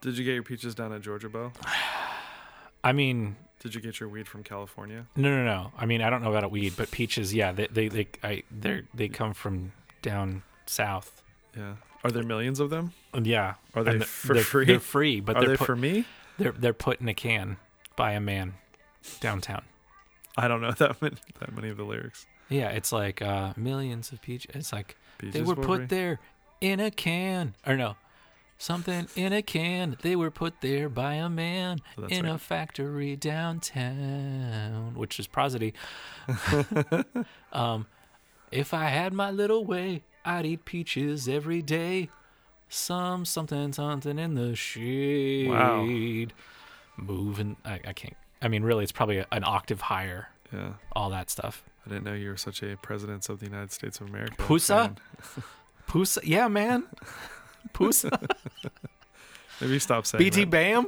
Did you get your peaches down at Georgia Bow? I mean, Did you get your weed from California? no, no, no. I mean, I don't know about weed, but peaches, yeah, they, they, they, I, they, they come from down south. Yeah. Are there millions of them? And Yeah, Are they and the- for they're, free? They're free, but Are they're they put, for me? they're they're put in a can by a man downtown. I don't know that many, that many of the lyrics. Yeah, it's like uh, millions of peaches. It's like Peaches they were put me. there in a can, or no, something in a can. They were put there by a man Oh, that's in right. a factory downtown, which is prosody. um, if I had my little way, I'd eat peaches every day. Some something something in the shade. Moving, I, I can't. I mean, really, it's probably an octave higher. Yeah. All that stuff. I didn't know you were such a president of the United States of America. Pusa? fan. Pusa, yeah, man. Pusa, Maybe stop saying BT that. Bam,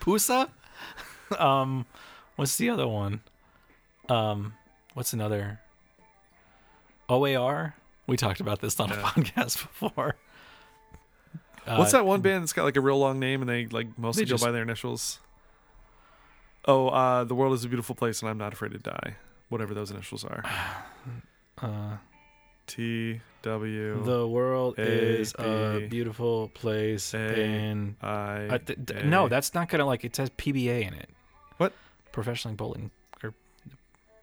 Pusa. Um, what's the other one? Um, what's another? OAR. We talked about this on a Yeah. podcast before. Uh, What's that one band that's got like a real long name and they like mostly They go just- by their initials? Oh, uh, the world is a beautiful place and I'm not afraid to die. Whatever those initials are. Uh, T W the world A, is a B, beautiful place, A, and I. uh, th- th- A. no, that's not gonna like. It says PBA in it. What? Professionally bowling or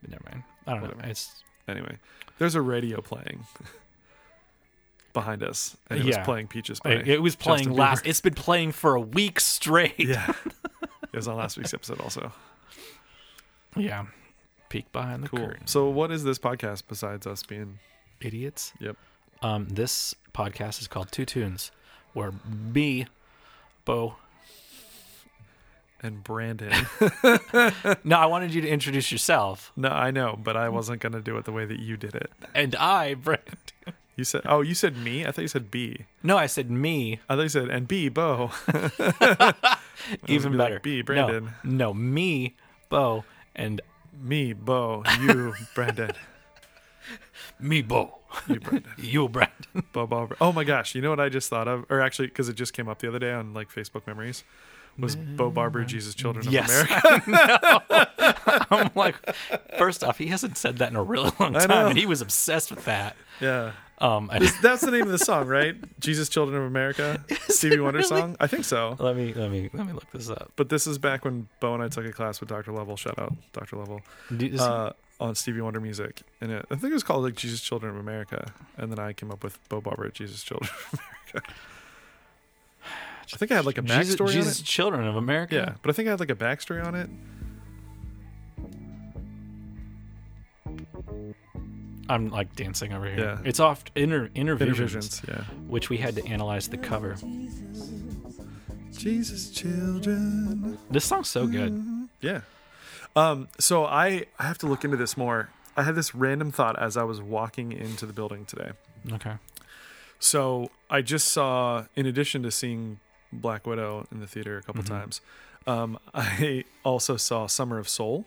never mind. I don't know. Whatever. It's Anyway, there's a radio playing behind us, and it Yeah. was playing "Peaches" by It, it was Justin playing Bieber. last. It's been playing for a week straight. Yeah, it was on last week's episode also. Yeah. Peek behind the Cool. curtain. So, what is this podcast besides us being? Idiots. Yep. Um, this podcast is called Two Tunes, where me, Bo. And Brandon. No, I wanted you to introduce yourself, no, I know, but I wasn't gonna do it the way that you did it. and I, Brent. You said, "Oh, you said me." I thought you said B. No, I said me. I thought you said and B Bo. even be like, better. "Be No, Brandon." No, me, Bo, and me Bo. You Brandon. me, Bo. You Brandon. You, Brandon. Bo Bo. Oh my gosh! You know what I just thought of, or actually, because it just came up the other day on like Facebook memories, was Bo Barber, Jesus Children of yes. America. I know. I'm like, first off, he hasn't said that in a really long I time, know. and he was obsessed with that. Yeah. Um, I- That's the name of the song, right? Jesus Children of America, Stevie it Wonder really? song. I think so. let me let me let me look this up. But this is back when Bo and I took a class with Dr. Level. Shout out, Dr. Level, uh, on Stevie Wonder music, and it, I think it was called like Jesus Children of America. And then I came up with Bo Barber, Jesus Children of America. I think I had like a Jesus, backstory Jesus on it. Children of America. Yeah, but I think I had like a backstory on it. I'm like dancing over here. Yeah. It's off inner inner visions, Intervisions, yeah. which we had to analyze the cover. Jesus children. This song's so good. Yeah. Um, so I, I have to look into this more. I had this random thought as I was walking into the building today. Okay. So I just saw, in addition to seeing Black Widow in the theater a Mm-hmm. couple times, um, I also saw Summer of Soul,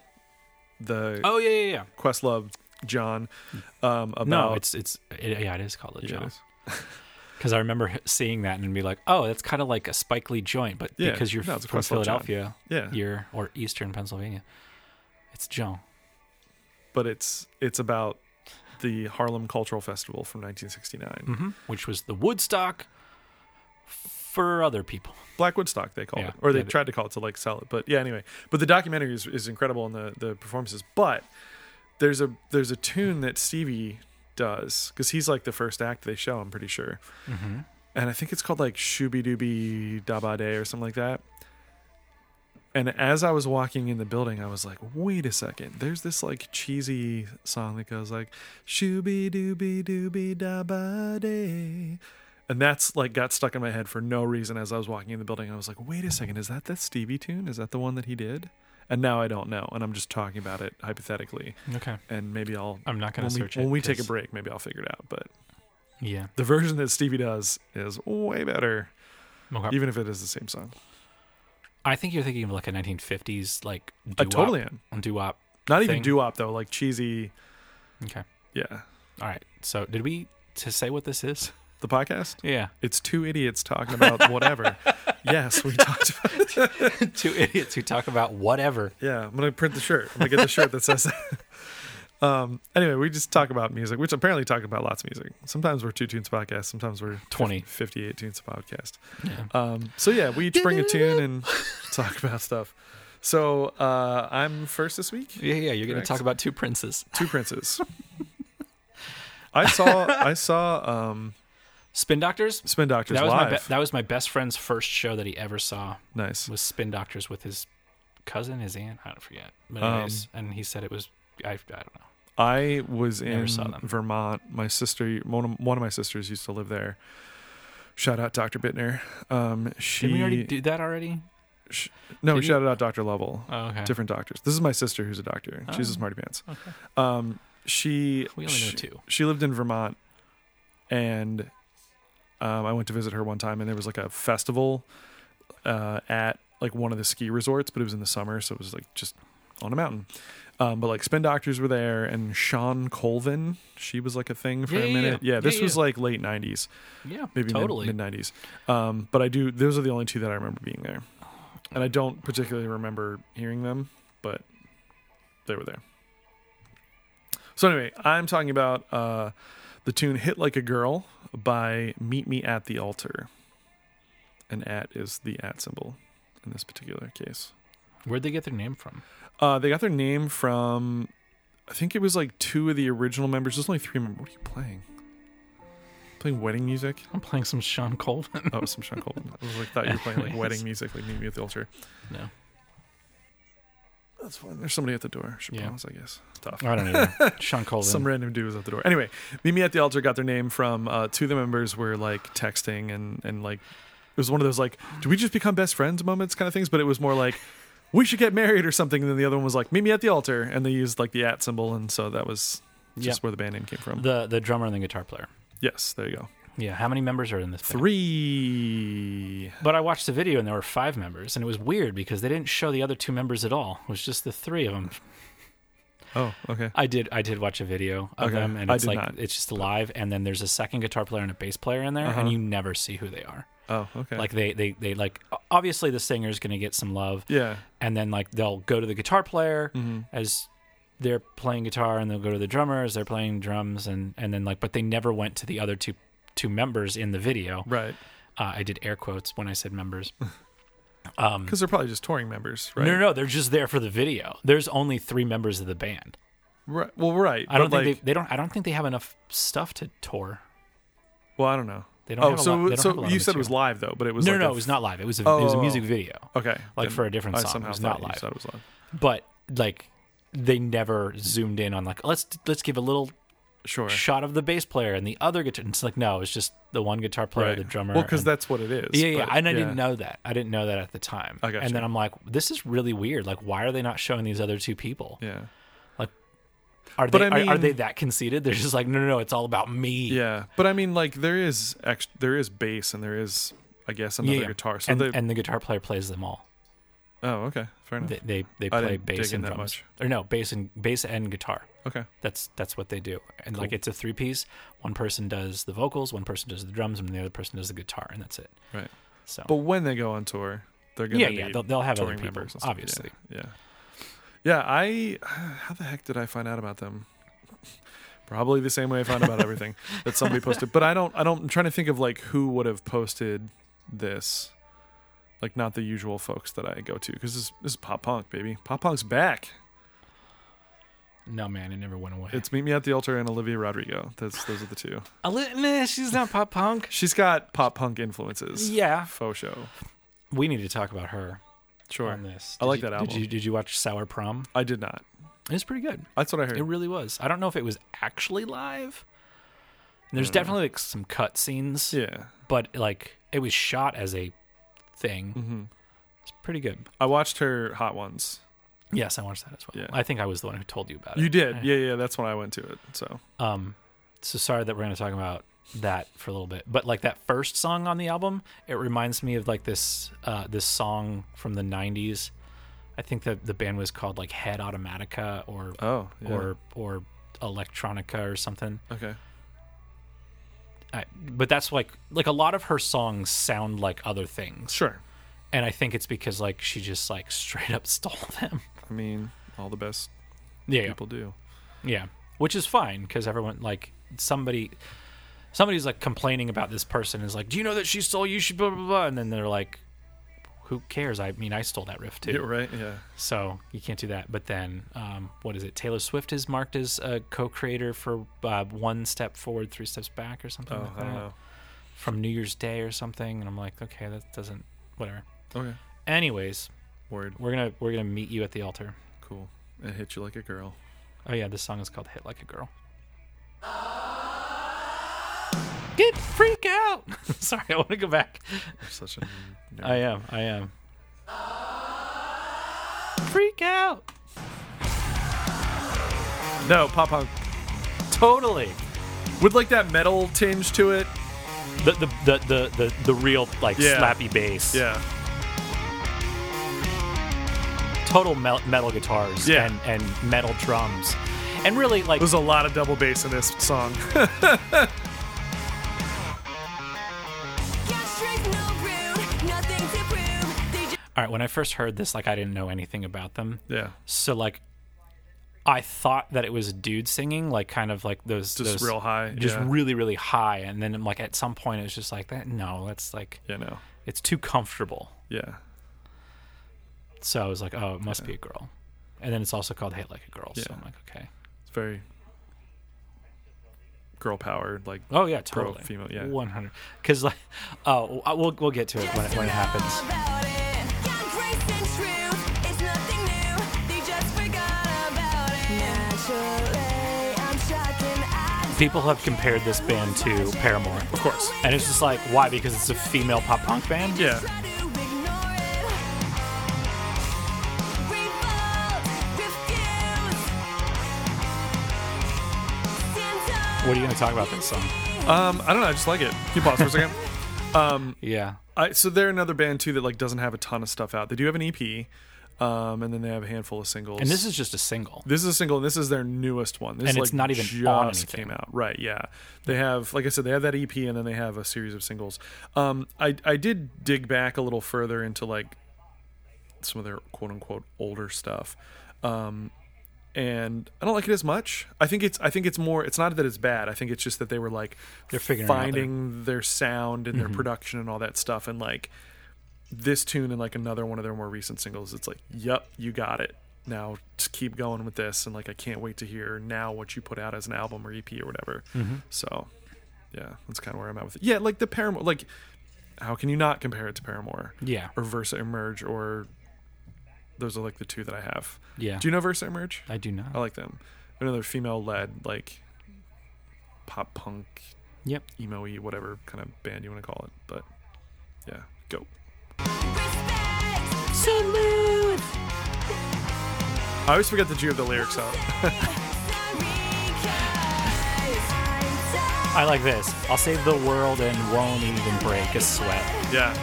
the Oh yeah yeah yeah. Questlove John um, about. No, it's it's it, yeah it is called a Yeah, it joke. is. Because I remember h- seeing that and be like, oh, that's kind of like a Spike Lee joint, but Yeah, because you're no, f- it's a from Questlove joint. Philadelphia, Yeah. you're or Eastern Pennsylvania, it's John. but it's it's about the Harlem Cultural Festival from 1969. hmm which was the Woodstock for other people. Black Woodstock they called Yeah, it, or they yeah, they- tried to call it to like sell it. But yeah, anyway. But the documentary is, is incredible and the the performances. But there's a there's a tune that Stevie does because he's like the first act they show. I'm pretty sure, Mm-hmm. and I think it's called like Shooby Dooby Daba Day or something like that. And as I was walking in the building, I was like, "Wait a second! There's this like cheesy song that goes like Shooby Dooby Dooby Daba Day." And that's like got stuck in my head for no reason as I was walking in the building. I was like, wait a second, is that that Stevie tune? Is that the one that he did? And now I don't know. And I'm just talking about it hypothetically. Okay. And maybe I'll. I'm not gonna when we- search it When we take a 'cause- break, maybe I'll figure it out. But Yeah. the version that Stevie does is way better, Okay. even if it is the same song. I think you're thinking of like a 1950s like doo-wop, I Uh, totally am. doo-wop. Not Thing. even doo wop, though, like cheesy. Okay. Yeah. All right. So did we to say what this is? The podcast? Yeah. It's two idiots talking about whatever. yes, we talked about Two idiots who talk about whatever. Yeah, I'm gonna print the shirt. I'm gonna get the shirt that says that. Um, anyway, we just talk about music, which apparently talking about lots of music. Sometimes we're two tunes podcast, sometimes we're 20. 58 tunes podcast. Um, so yeah, we each bring a tune and talk about stuff. So uh, I'm first this week. Yeah, yeah. You're going to Correct. talk about two princes. Two princes. I saw I saw um, Spin Doctors. Spin Doctors That was live. my be- that was my best friend's first show that he ever saw nice. was Spin Doctors with his cousin, his aunt. I don't forget. But Um, anyways, and he said it was. I, I don't know. I was in saw them. Vermont. My sister, one of, one of my sisters, used to live there. Shout out Dr. Bittner. Um, she Did we already do that already? sh- no, did you- shout out Dr. Lovell. Oh, okay. Different doctors. This is my sister who's a doctor. She's a Oh, smarty pants. okay. Um, she We only know she- two. She lived in Vermont, and um, I went to visit her one time, and there was like a festival uh, at like one of the ski resorts, but it was in the summer, so it was like just on a mountain. Um, but like spin doctors were there, and Sean Colvin, she was like a thing for Yeah, a yeah, minute. yeah. Yeah, Yeah, this was yeah. like late '90s, Yeah, maybe totally. mid '90s. Um, but I do; those are the only two that I remember being there, and I don't particularly remember hearing them, but they were there. So anyway, I'm talking about uh, the tune "Hit Like a Girl" by Meet Me at the Altar, and "at" is the at symbol in this particular case. Where'd they get their name from? Uh, they got their name from, I think it was like two of the original members. There's only three members. What are you playing? Playing wedding music? I'm playing some Sean Colvin. Oh, some Sean Colvin. I was like, thought you were playing like wedding music, like Meet Me at the Altar. no, That's fine. There's somebody at the door. Should Yeah. pause, I guess. Tough. I don't know. Sean Colvin. Some random dude was at the door. Anyway, Meet Me at the Altar got their name from uh, two of the members were like texting and and like it was one of those like, do we just become best friends moments kind of things? But it was more like we should get married or something. And then the other one was like, meet me at the altar, and they used like the at symbol, and so that was just Yeah. where the band name came from. the the drummer and the guitar player. yes, there you go. Yeah, how many members are in this? band? Three. But I watched the video and there were five members, and it was weird because they didn't show the other two members at all. It was just the three of them. Oh, okay. I did I did watch a video of Okay. them, and I it's did like not. it's just live, and then there's a second guitar player and a bass player in there, Uh-huh. and you never see who they are. Oh, okay. Like they they they like obviously the singer's gonna get some love, yeah, Mm-hmm. and then like they'll go to the guitar player as they're playing guitar and they'll go to the drummer as they're playing drums and and then like but they never went to the other two two members in the video right. uh, i did air quotes when i said members Um, Because they're probably just touring members, right? no no no they're just there for the video there's only three members of the band Right. Well, right. i but, don't think like, they, they don't i don't think they have enough stuff to tour Well, I don't know. They don't oh, have a so lot- they don't so have a lot of you said it was material. live though, but it was no like no a no it was not live it was a Oh, it was a oh, music video Okay. Like, for a different I song. It somehow was thought not you live. said it was live. but like they never zoomed in on like let's let's give a little Sure. shot of the bass player and the other guitar. And it's like no, it's just the one guitar player, the drummer. Well, because and- that's what it is. yeah, yeah. but- and I didn't yeah. know that. I didn't know that at the time. I gotcha. And then I'm like, this is really weird. Like, why are they not showing these other two people? Yeah. Are But they I are- are, mean- they that conceited? They're just like, no, no, no. It's all about me. Yeah, but I mean, like there is ex- there is bass and there is, I guess, another Yeah, yeah. guitar. So and, they, and the guitar player plays them all. oh, okay, fair enough. They they, they I play didn't dig bass in and that drums, much. or no, bass and bass and guitar. okay, That's that's what they do, and like it's a three piece. One person does the vocals, one person does the drums, and the other person does the guitar, and that's it. right. So But when they go on tour, they're gonna yeah, yeah, need they'll, they'll have other touring people, members, and stuff. obviously. Yeah, yeah, yeah. I how the heck did I find out about them? Probably the same way I found about everything that somebody posted. But I don't. I don't. I'm trying to think of like who would have posted this. Like not the usual folks that I go to because this, this is pop punk, baby. Pop punk's back. No, man, it never went away. It's Meet Me at the Altar and Olivia Rodrigo. That's those are the two. nah, she's not pop punk. She's got pop punk influences. Yeah, Faux show. we need to talk about her Sure. on this. I like you- that Did album. you did you watch Sour Prom? I did not. It was pretty good. That's what I heard. It really was. I don't know if it was actually live. There's definitely like some cut scenes, Hmm. yeah. but like it was shot as a thing. It's pretty good. Mm-hmm. I watched her Hot Ones. Yes, I watched that as well. Yeah. I think I was the one who told you about it. You did. Yeah, yeah, that's when I went to it. So Um, so sorry that we're going to talk about that for a little bit, but like that first song on the album, it reminds me of like this uh, this song from the '90s. I think that the band was called like Head Automatica or Oh. yeah. or or Electronica or something. Okay. I, but that's like like a lot of her songs sound like other things. Sure. and I think it's because like she just like straight up stole them. I mean, all the best Yeah, yeah. people do. Yeah, which is fine because everyone like somebody, somebody's like complaining about this person is like, do you know that she stole you? Should blah blah blah, and then they're like, who cares? I mean, I stole that riff too, Yeah, right? Yeah. so you can't do that. But then, um, what is it? Taylor Swift is marked as a co-creator for uh, one step forward, three steps back, or something Oh, like I don't that know. from New Year's Day or something. And I'm like, okay, that doesn't whatever. Okay. Anyways, Word. we're gonna we're gonna meet you at the altar. Cool. It hit you like a girl. Oh yeah, this song is called "Hit Like a Girl." Get freak out! Sorry, I want to go back. You're such a nerd. I am. I am. Freak out! no, pop punk. Totally. With like that metal tinge to it. The the the the the, the real like Yeah. slappy bass. Yeah. Total mel- metal guitars. Yeah. And and metal drums. And really like There's a lot of double bass in this song. all right. When I first heard this, like I didn't know anything about them. yeah. So like. I thought that it was a dude singing, like kind of like those Just those real high. just yeah. really really high and then I'm like at some point it's just like that no that's like Yeah, no. it's too comfortable Yeah. so i was like oh it must be a girl and then it's also called hate like a girl so Yeah. i'm like okay It's very girl powered. Like, oh yeah totally female, yeah. 100 because like oh I- we'll, we'll get to it when it, when it happens people have compared this band to paramore of course. and it's just like why because it's a female pop punk band yeah. what are you gonna talk about Uh. this song Um, I don't know. I just like it. Can you pause for a second? yeah I, so they're another band too that like doesn't have a ton of stuff out. They do have an EP, um, and then they have a handful of singles. and this is just a single this is a single, and this is their newest one. This And like it's not even just on anything. came out, right? Yeah, they have like I said, they have that EP, and then they have a series of singles. Um, I I did dig back a little further into like some of their quote unquote older stuff. Um, and I don't like it as much. I think it's I think it's more it's not that it's bad. I think it's just that they were like They're figuring it out there. finding their sound and their production and all that stuff and like this tune and like another one of their more recent singles it's like yep you got it now just keep going with this and like i can't wait to hear now what you put out as an album or ep or whatever so yeah that's kind of where i'm at with it yeah like the paramore like how can you not compare it to paramore yeah or versa emerge or those are like the two that i have yeah do you know versa emerge i do not i like them another female led like pop punk yep emo y whatever kind of band you want to call it but yeah go Salute! I always forget that you have the lyrics out. I like this. I'll save the world and won't even break a sweat. Yeah.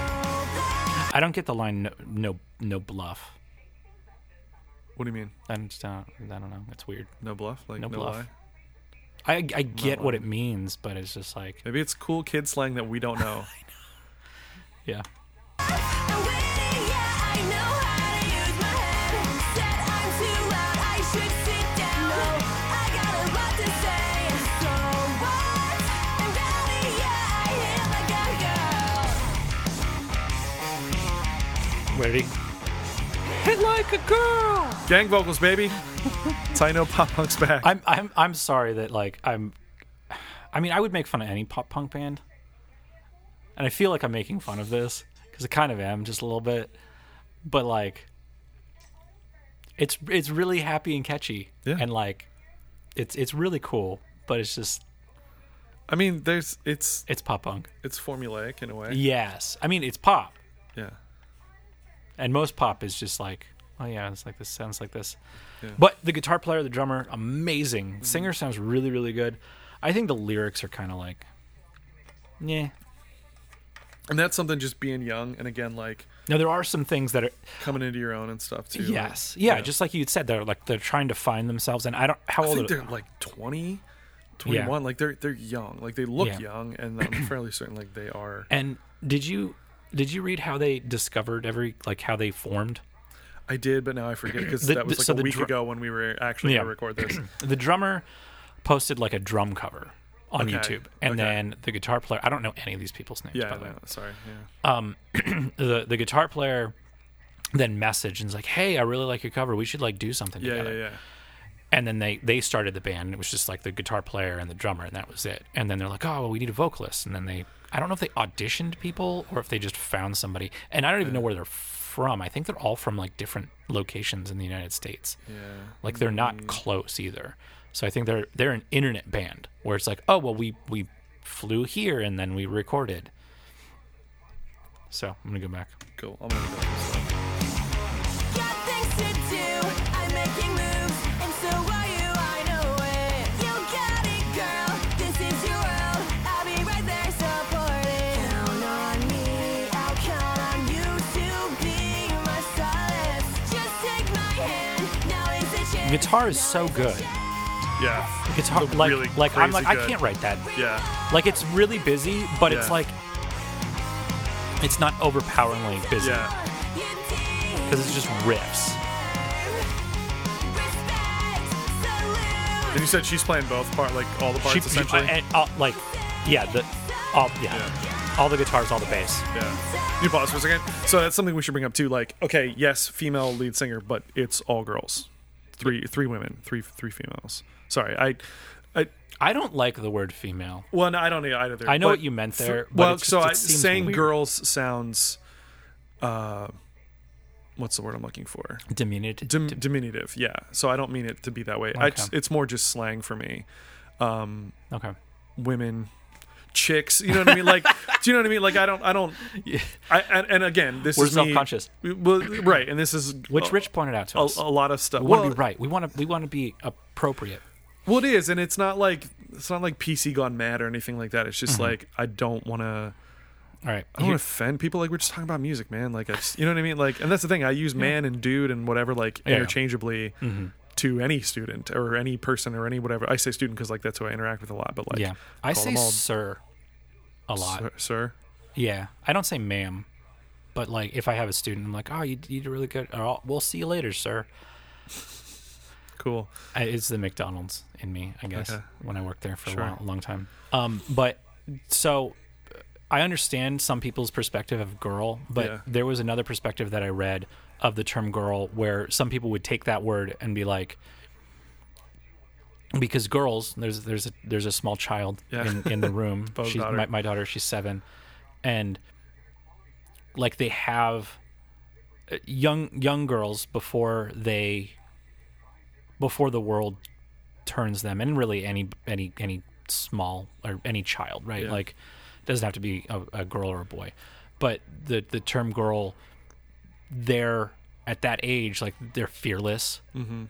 I don't get the line no no, no bluff. What do you mean? I just don't, I don't know. It's weird. No bluff? Like No no, bluff. lie? I, I get what it means, but it's just like, Maybe it's cool kid slang that we don't know. yeah. Ready? Hit like a girl. Gang vocals, baby. That's how you know pop punk's back. I'm I'm I'm sorry that like I'm. I mean, I would make fun of any pop punk band, and I feel like I'm making fun of this because I kind of am just a little bit, but like, it's it's really happy and catchy, Yeah. and like, it's it's really cool, but it's just I mean, there's it's it's pop punk. it's formulaic in a way. Yes, I mean it's pop, Yeah. and most pop is just like, oh yeah, it's like this sounds like this, Yeah. Mm-hmm. but the guitar player, the drummer, amazing. Singer sounds really really good. I think the lyrics are kind of like, yeah. And that's something just being young and again like Now there are some things that are coming into your own and stuff too. like- yes, yeah, just like you said, they're like they're trying to find themselves, and I don't how I old think are they're like 20, 21. Like they're they're young. Like they look Yeah. young and I'm fairly certain like they are and did you Did you read how they discovered every like how they formed? I did, but now I forget because The- that was the- like so a the week dr- ago when we were actually Yeah. going to record this. The drummer posted like a drum cover on Okay, YouTube, and okay. then the guitar player. I don't know any of these people's names. Yeah, by the way. no, sorry. Yeah. the the guitar player then messaged and was like, "Hey, I really like your cover. We should like do something Yeah, together." yeah, yeah. And then they they started the band. And it was just like the guitar player and the drummer, and that was it. And then they're like, "Oh, well, we need a vocalist." And then they I don't know if they auditioned people or if they just found somebody. And I don't even know where they're from. I think they're all from like different locations in the United States. Yeah. Like they're Mm. not close either. So I think they're they're an internet band where it's like, "Oh, well, we we flew here and then we recorded." So I'm gonna go back. Cool. I'm gonna go. Got things to do. I'm making moves, and so are you. I know it. You got it, girl. This is your world. I'll be right there supporting. Count on me. I'll count on you to be my solace. Just take my hand. Now is the chance. Guitar is so good. Yeah. It's hard, Look like, really like I'm like crazy I good. can't write that. Yeah. Like it's really busy, but it's Yeah. like it's not overpoweringly busy Yeah. because it's just riffs. And you said she's playing both part, like all the parts, She- she- essentially. and, uh, like yeah, the all yeah, all the guitars, all the bass. yeah. You pause for a second. So that's something we should bring up too. Like, okay, yes, female lead singer, but it's all girls. Three, three women, three, three females. Sorry, I, I. I don't like the word female. Well, no, I don't know either. I know but what you meant there, but well, it's just- so it I, seems saying weird. girls sounds, uh, what's the word I'm looking for? Diminutive. Dim- diminutive, yeah. So I don't mean it to be that way. I Okay. just, it's more just slang for me. Um, okay. women chicks you know what i mean like do you know what i mean like i don't i don't I, and, and again this We're is me- self-conscious. well, right and this is Which a, Rich pointed out to a, us. a lot of stuff we want to Oh. well, be right. We want to we want to be appropriate. well it is and it's not like it's not like pc gone mad or anything like that it's just Mm-hmm. like i don't want to All right. i don't here- want to offend people like we're just talking about music man like I just, you know what i mean like and that's the thing i use man and dude and whatever like Yeah. Mm-hmm. interchangeably to any student or any person or any whatever i say student because like that's who i interact with a lot but like yeah. I call say them all sir a lot. sir, sir. Yeah, I don't say ma'am, but like if I have a student, I'm like, oh, you, you did really good. Or I'll, we'll see you later, sir. cool I, it's the McDonald's in me, I guess, Okay. when I worked there for Sure. a, long, long time. Um, but so I understand some people's perspective of girl, but Yeah. there was another perspective that I read of the term girl where some people would take that word and be like, because girls, there's there's a there's a small child Yeah. in, in the room. Bo's she's daughter. My, my daughter, she's seven, and like they have uh, young young girls before they before the world turns them and really any any any small or any child right Yeah. Like it doesn't have to be a, a girl or a boy but the the term girl they're at that age like they're fearless mm-hmm.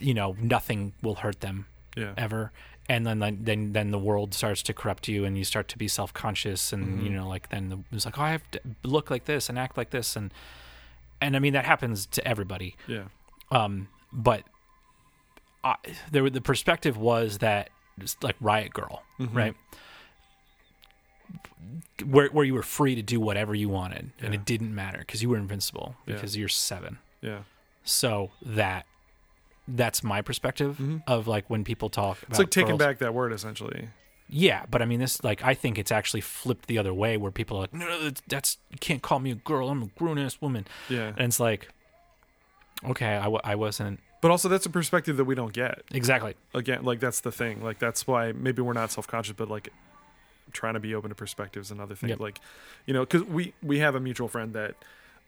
you know nothing will hurt them yeah ever and then then- then then the world starts to corrupt you and you start to be self-conscious and Mm-hmm. you know like then the, it's like oh, i have to look like this and act like this and and i mean that happens to everybody yeah um but I, there were- the perspective was that just like riot girl Mm-hmm. right where where you were free to do whatever you wanted and it didn't matter because you were invincible Yeah. because you're 7 yeah so that that's my perspective of like when people talk about Mm-hmm. It's like taking girls. back that word essentially. Yeah, but I mean, this like I think it's actually flipped the other way, where people are like, "No, no, that's- that's you can't call me a girl. I'm a grown ass woman." Yeah. and it's like, okay, I, w- I wasn't But also that's a perspective that we don't get. exactly. Again, like that's the thing. Like that's why maybe we're not self-conscious but like trying to be open to perspectives and other things Yep. like you know cuz we we have a mutual friend that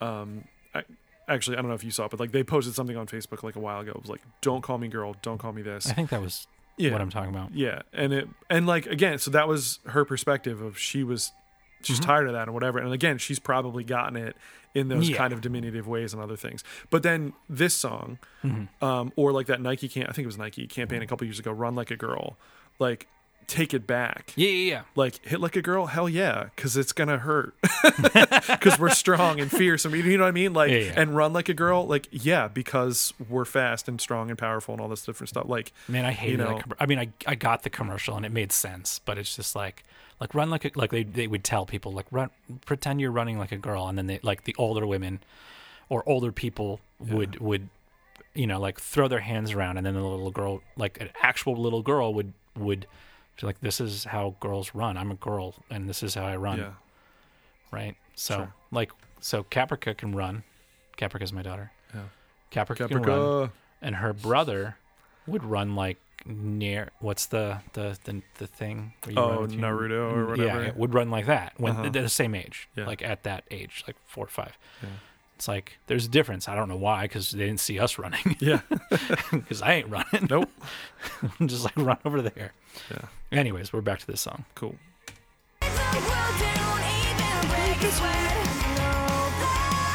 um I, actually I don't know if you saw it, but like they posted something on Facebook like a while ago. It was like don't call me girl, don't call me this. I think that was Yeah. Eh, what I'm talking about. Yeah, and it and like again, so that was her perspective of she was she's Mm-hmm. tired of that and whatever. And again, she's probably gotten it in those Yeah. kind of diminutive ways and other things. But then this song, Mm-hmm. um, or like that Nike camp, I think it was Nike campaign a couple years ago, "Run Like a Girl," like take it back. Yeah, yeah, yeah. Like hit like a girl, hell yeah, because it's gonna hurt. Because we're strong and fierce, and we- you know what I mean. Like Yeah, yeah. and run like a girl, like yeah, because we're fast and strong and powerful and all this different stuff. Like Man, I hated You know- that. Com- I mean, I I got the commercial and it made sense, but it's just like like run like a like they, they would tell people like run pretend you're running like a girl and then they like the older women or older people would would you know like throw their hands around and then the little girl like an actual little girl would would be like this is how girls run i'm a girl and this is how i run Yeah. right so Sure. like so caprica can run caprica's my daughter Yeah. caprica, can run Caprica. and her brother would run like near what's the the the, the thing where you run Oh, with your- Naruto or whatever. yeah, it would run like that when Uh-huh. they're the same age, Yeah. like at that age, like four or five. Yeah. It's like there's a difference. I don't know why, because they didn't see us running, Yeah. because I ain't running. Nope. I'm just like run over there. Yeah. Anyways, we're back to this song. Cool. The world don't even break its word. Love,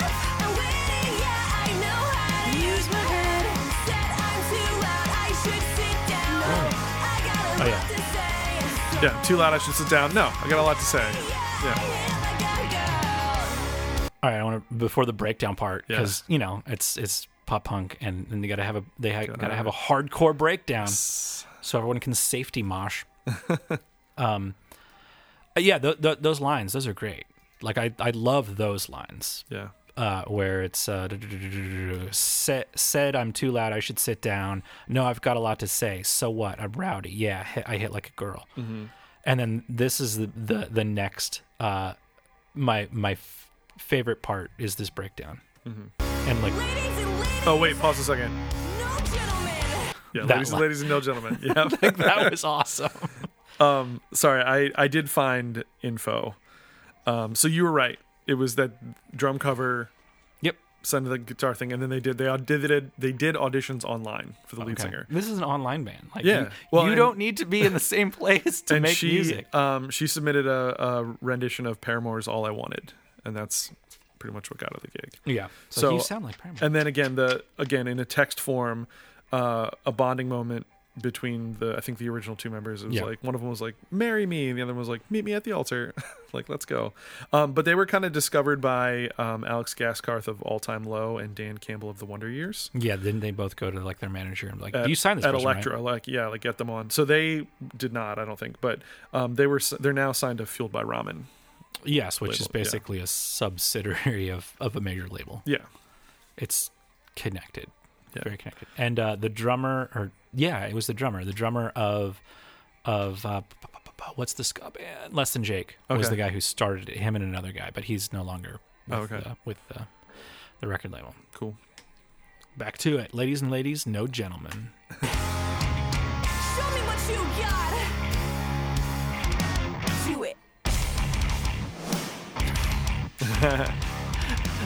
I'm waiting, yeah, I know how to use my head. Said I'm too loud, I should sit down. I got a Oh, lot yeah. to say. So Yeah. Too loud. I should sit down. No, I got a lot to say. yeah, Yeah. I am like a girl. All right, I want to before the breakdown part Yeah. because you know it's it's pop punk and, and they gotta have a they ha- gotta have have a hardcore breakdown. S- so everyone can safety mosh. um, yeah, th- th- those lines, those are great. Like I, I love those lines Yeah. uh, where it's uh, said, said I'm too loud. I should sit down. No, I've got a lot to say. So what? I'm rowdy. Yeah, hi- I hit like a girl. And then this is the the, the next. Uh, my my f- favorite part is this breakdown. And like Ladies and ladies, Oh wait, pause a second. no gentlemen. Yeah, That ladies and one. ladies and no gentlemen. Yeah. that was awesome. um sorry i i did find info um so you were right it was that drum cover Yep. son of the guitar thing and then they did they audited they did auditions online for the lead Okay. singer This is an online band. Like, Yeah. You, Well, you and- don't need to be in the same place to and make she music. um she submitted a, a rendition of paramore's all i wanted and that's pretty much what got her the gig Yeah. So, So- you sound like Paramore. and then again the again in a text form uh a bonding moment between the i think the original two members it was Yeah. like one of them was like marry me and the other one was like meet me at the altar like let's go um but they were kind of discovered by um alex gaskarth of all time low and dan campbell of the wonder years yeah. Then they both go to like their manager and like, at, you signed this at person, right?" Elektra, like yeah, like get them on. So they did not, I don't think, but um, they were s- they're now signed to Fueled by Ramen. Yes, which is label, yeah. basically a subsidiary of of a major label. Yeah, It's connected, Yeah. very connected. And uh, the drummer, or yeah, it was the drummer. The drummer of of uh, p- p- p- p- what's the ska band? Less than Jake was Okay. the guy who started it. Him and another guy, but he's no longer with, Oh, okay. uh, with uh, the record label. cool. Back to it, ladies and ladies, no gentlemen. Show me what you got. Do it.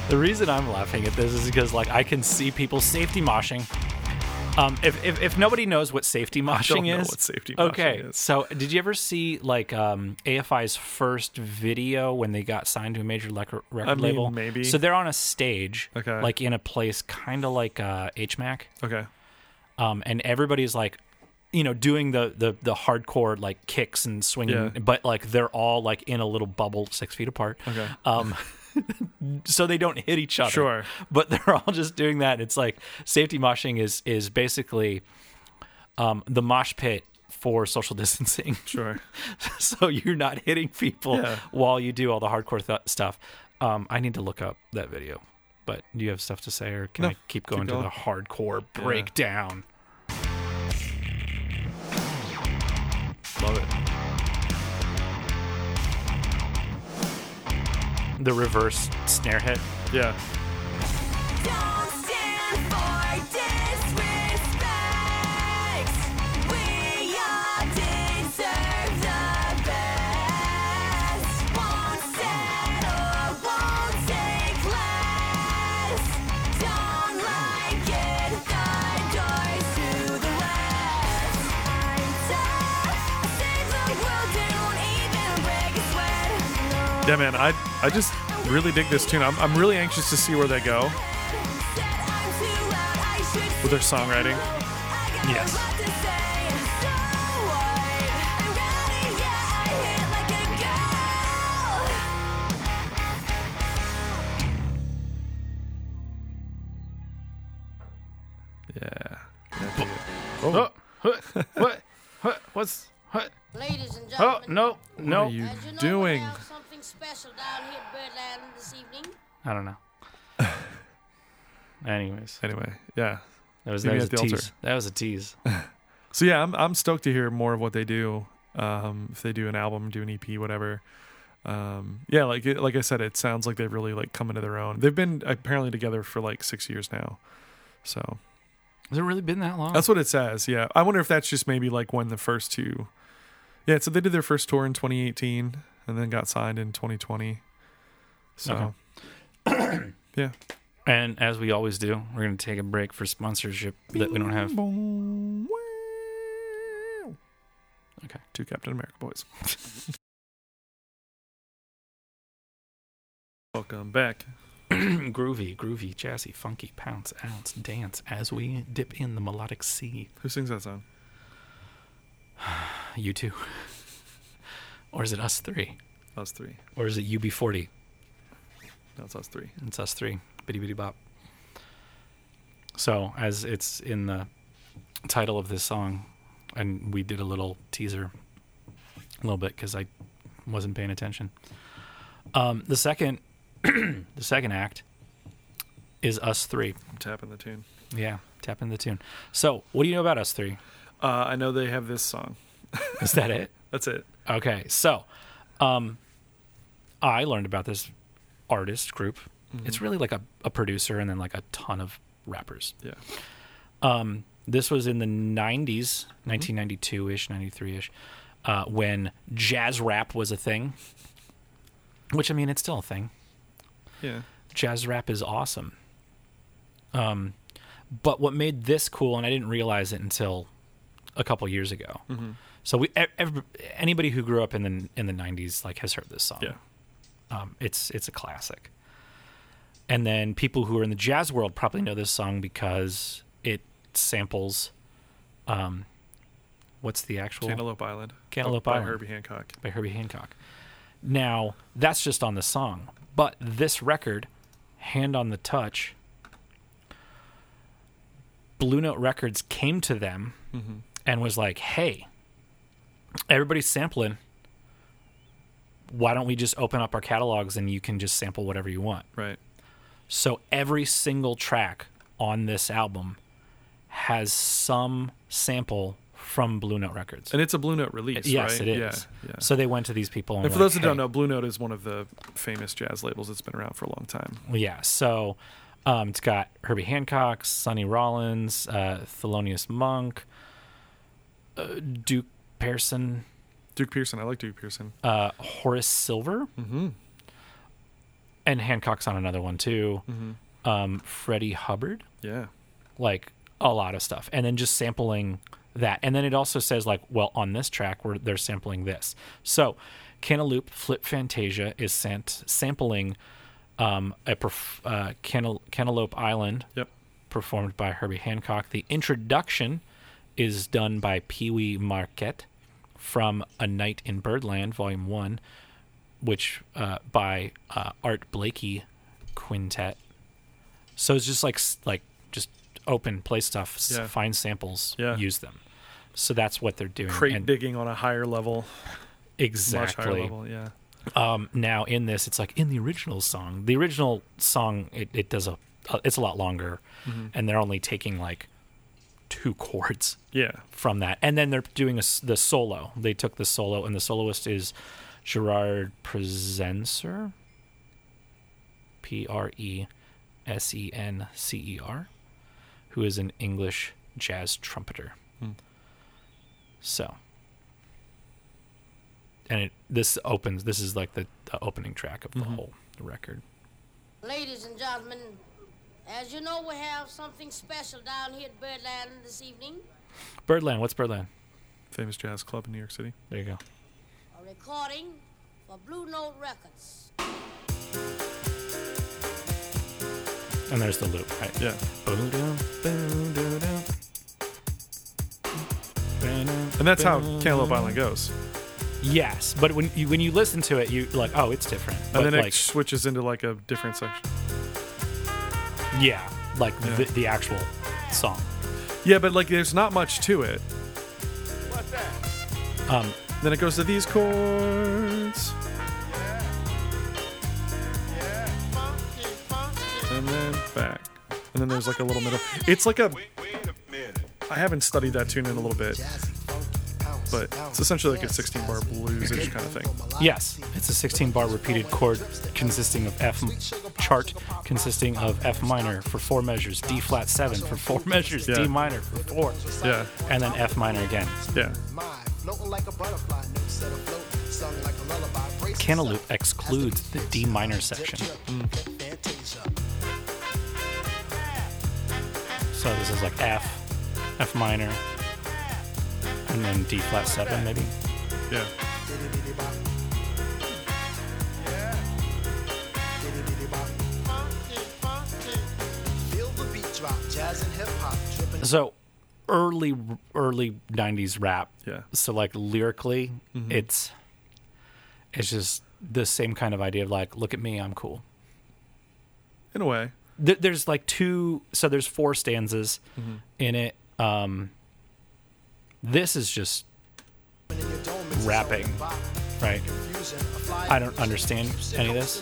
The reason I'm laughing at this is because like I can see people safety moshing. Um, if, if, if nobody knows what safety moshing know is, what safety okay. moshing is. So did you ever see like um, AFI's first video when they got signed to a major lec- record I mean, label? maybe. So they're on a stage, Okay. like in a place kind of like uh, HMAC, Okay, um, and everybody's like, you know, doing the the the hardcore like kicks and swinging, Yeah. but like they're all like in a little bubble six feet apart. okay, Um, so they don't hit each other. Sure. But they're all just doing that. It's like safety moshing is is basically um, the mosh pit for social distancing. sure. so you're not hitting people Yeah. while you do all the hardcore th- stuff. Um, I need to look up that video. But do you have stuff to say, or can No, I keep going, going. to the hardcore breakdown? Love it. The reverse snare hit. Yeah, Don't stand for disrespect. We all deserve the best. Won't settle, won't take less. Don't like it, the doors to the west. I'm tough. I save the world, don't even break a sweat. yeah, man. I I just really dig this tune. I'm I'm really anxious to see where they go. With their songwriting? Yes. Yeah. What? What? What's? What? Ladies and Oh gentlemen, no! No, What are you Did you know doing? We have something special down here at Birdland this evening. I don't know. Anyways, Anyway, yeah. that was, Meet that me was a at the altar. tease. That was a tease. So yeah, I'm I'm stoked to hear more of what they do. Um, if they do an album, do an EP, whatever. Um, yeah, like it- like I said, it sounds like they've really like come into their own. They've been apparently together for like six years now. So Has it really been that long? that's what it says. Yeah, I wonder if that's just maybe like when the first two. Yeah, so they did their first tour in 2018 and then got signed in 2020. So yeah, and as we always do, we're going to take a break for sponsorship that we don't have. Okay, two Captain America boys. Welcome back. groovy, groovy, jazzy, funky, pounce, ounce, dance as we dip in the melodic sea. Who sings that song? You too. or is it us three? Us three. Or is it UB40? That's us three. It's us three. Bitty bitty bop. So as it's in the title of this song, and we did a little teaser, a little bit because I wasn't paying attention. Um, the second, the second act, is us three. I'm tapping the tune. Yeah, tap in the tune. So what do you know about us three? Uh, I know they have this song. Is that it? That's it. Okay, so um, I learned about this artist group. It's really like a, a producer and then like a ton of rappers. Yeah. This was in the 90s, 1992 ish, 93 ish, uh, when jazz rap was a thing, which I mean, it's still a thing. Yeah. Jazz rap is awesome. Um, but what made this cool, and I didn't realize it until a couple years ago. So we, ev- ev- anybody who grew up in the in the '90s like has heard this song. Yeah. Um, it's it's a classic. And then people who are in the jazz world probably know this song because it samples, um, what's the actual Cantaloupe Island. Oh, Cantaloupe by Island. Herbie Hancock. by Herbie Hancock. Now that's just on the song, but this record, "Hand on the Touch," Blue Note Records came to them and was like, "Hey, everybody's sampling. Why don't we just open up our catalogs and you can just sample whatever you want?" Right. So every single track on this album has some sample from Blue Note Records. And it's a Blue Note release. Yes, right? it is. Yeah. yeah. So they went to these people. And, and were for those like, that don't "Hey." know, Blue Note is one of the famous jazz labels that's been around for a long time. Well, yeah. So um, it's got Herbie Hancock, Sonny Rollins, uh, Thelonious Monk, uh, Duke Pearson, Duke Pearson. I like Duke Pearson. uh, Horace Silver, mm-hmm. and Hancock's on another one too. Mm-hmm. Um, Freddie Hubbard, yeah. like a lot of stuff, and then just sampling that, and then it also says like, well, on this track, where they're sampling this. So, Cantaloupe Flip Fantasia is sent sampling um, a perf- uh, Cantal- Cantaloupe Island Yep. performed by Herbie Hancock. The introduction is done by Pee Wee Marquette from A Night in Birdland, Volume 1, which uh, by uh, Art Blakey Quintet. So it's just like s- like just open play stuff, s- Yeah. find samples, Yeah. use them. So that's what they're doing. Crate And digging on a higher level, exactly. much higher level. Yeah. Um, now in this, it's like in the original song. The original song it, it does a uh, it's a lot longer, and they're only taking like two chords Yeah. from that, and then they're doing a s the solo. They took the solo, and the soloist is Gerard Presencer, P R E S E N C E R, who is an English jazz trumpeter. So, and it this opens. This is like the, the opening track of the whole record. Ladies and gentlemen, as you know, we have something special down here at Birdland this evening. Birdland. What's Birdland? Famous jazz club in New York City. There you go. A recording for Blue Note Records. And there's the loop. Right. Yeah. Boom, boom, doo, doo. And that's how Cantaloupe Island goes. Yes, but when you when you listen to it, you like, oh, it's different. But And then it like, switches into like a different section. yeah, like Yeah. The, the actual song. Yeah, but like there's not much to it. Um, Then it goes to these chords. And then back. And then there's like a little middle. It's like a. I haven't studied that tune in a little bit, but it's essentially like a 16 bar blues ish kind of thing. Yes, it's a 16 bar repeated chord consisting of F chart consisting of F minor for four measures, D flat 7 for four measures, Yeah. D minor for four, Yeah. and then F minor again. Yeah. Cantaloupe excludes the D minor section. So this is like F, F minor, and then D flat 7 maybe. Yeah. So early early 90s rap. Yeah. So like lyrically, it's it's just the same kind of idea of like look at me, I'm cool. In a way. There, there's like two so there's four stanzas in it. Um this is just rapping. right. I don't understand any of this.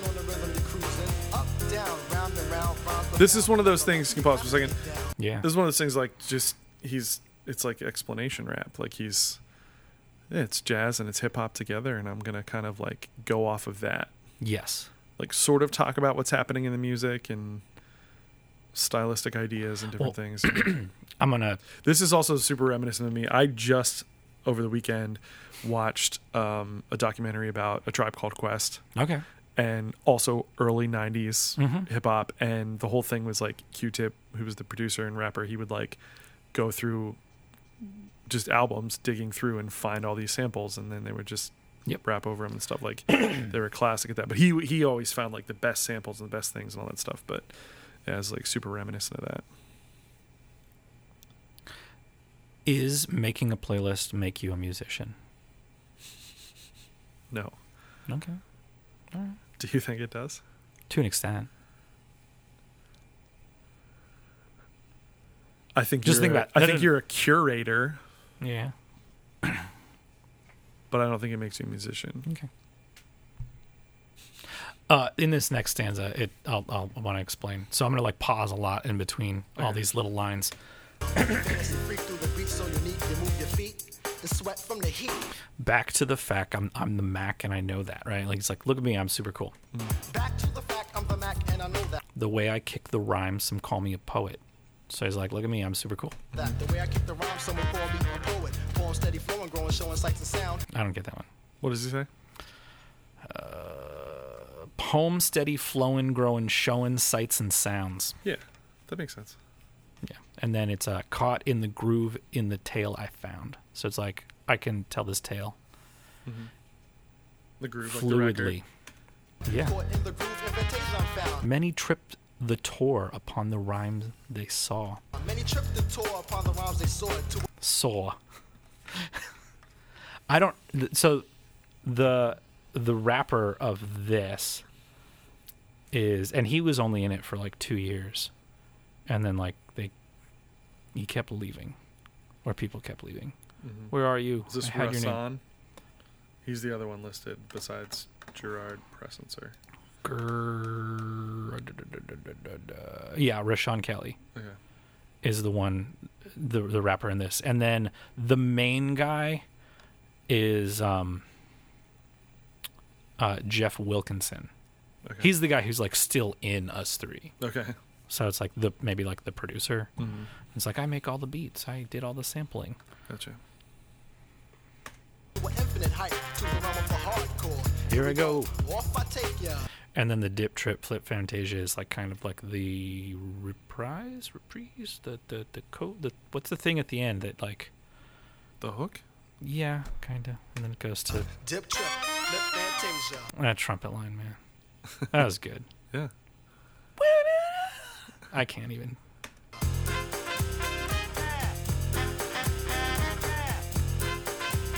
This is one of those things. You can pause for a second. Yeah. This is one of those things like just he's. It's like explanation rap. Like he's. It's jazz and it's hip hop together, and I'm gonna kind of like go off of that. Yes. Like sort of talk about what's happening in the music and stylistic ideas and different things. I'm going to This is also super reminiscent of me. I just over the weekend watched um, a documentary about a tribe called Quest Okay. and also early 90s Mm-hmm. hip hop and the whole thing was like Q-Tip who was the producer and rapper he would like go through just albums digging through and find all these samples and then they would just Yep. rap over them and stuff like they were classic at that but he he always found like the best samples and the best things and all that stuff but yeah, it's like super reminiscent of that Is making a playlist make you a musician? no Okay. do you think it does To an extent. I think Just you're think a- about it. I No, think no, no. you're a curator Yeah. but I don't think it makes you a musician Okay. Uh, in this next stanza, it I'll, I'll want to explain. So I'm gonna like pause a lot in between all these little lines. Back to the fact I'm I'm the Mac and I know that right. Like it's like look at me, I'm super cool. The way I kick the rhyme, some call me a poet. So he's like, look at me, I'm super cool. I don't get that one. what does he say Home steady, flowing, growing, showing sights and sounds. yeah that makes sense Yeah. And then it's uh, caught in the groove in the tale I found. So it's like I can tell this tale the groove like the record. fluidly. yeah. Many tripped the tour upon the rhymes they saw. Saw. I don't. th- So the the rapper of this is, and he was only in it for like two years, and then like they, he kept leaving, or people kept leaving. Where are you? Is this I had your name. Rasan? He's the other one listed besides Gerard Pressenser. Grr- da- da- da- da- da- da- da. Yeah, Rashawn Kelly Okay. is the one, the the rapper in this, and then the main guy is um, uh, Jeff Wilkinson. Okay. He's the guy who's like still in us three, okay. so it's like the maybe like the producer. It's like I make all the beats, I did all the sampling. Gotcha. Here I go. Off I take ya. And then the dip trip flip fantasia is like kind of like the reprise, reprise, the the the code. The, what's the thing at the end that like? The hook? Yeah, kind of. And then it goes to Dip trip, lip fantasia. that trumpet line, man. That was good. Yeah. I can't even.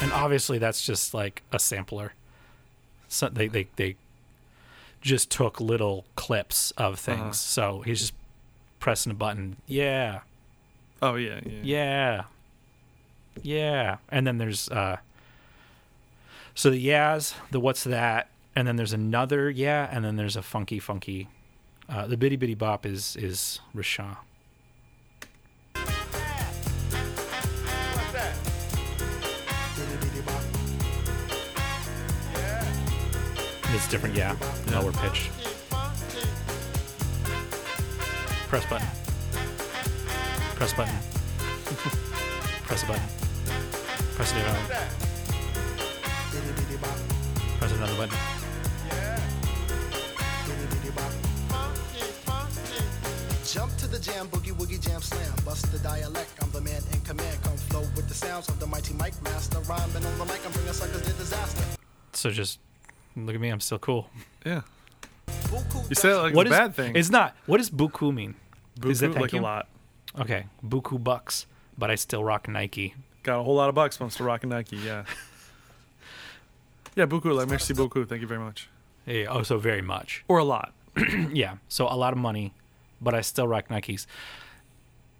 And obviously, that's just like a sampler. So they they they just took little clips of things. Uh-huh. So he's just pressing a button. Yeah, Oh yeah. Yeah. yeah, yeah. And then there's uh, So the Yaz, the What's That, and then there's another Yeah, and then there's a funky, funky. Uh, the Bitty Bitty Bop is is Rasha. It's different, yeah. Lower pitch. Press button. Press button. Press a button. Press it down. Press another button. Jump to the jam, boogie woogie jam slam. Bust the dialect, I'm the man in command. Come flow with the sounds of the mighty mic master. Rhyming on the mic, I'm bringing suckers to disaster. So just look at me. I'm still cool. Yeah. Buku You say it like What it's is- a bad thing. It's not. What does buku mean? is that Buku, thank like you? a lot. Okay, buku bucks, but I still rock Nike. Got a whole lot of bucks wants to rock a Nike. Yeah. yeah, buku. Like merci beaucoup. Thank you very much. Yeah, oh, so very much. Or a lot. Yeah, so a lot of money, but I still rock Nikes.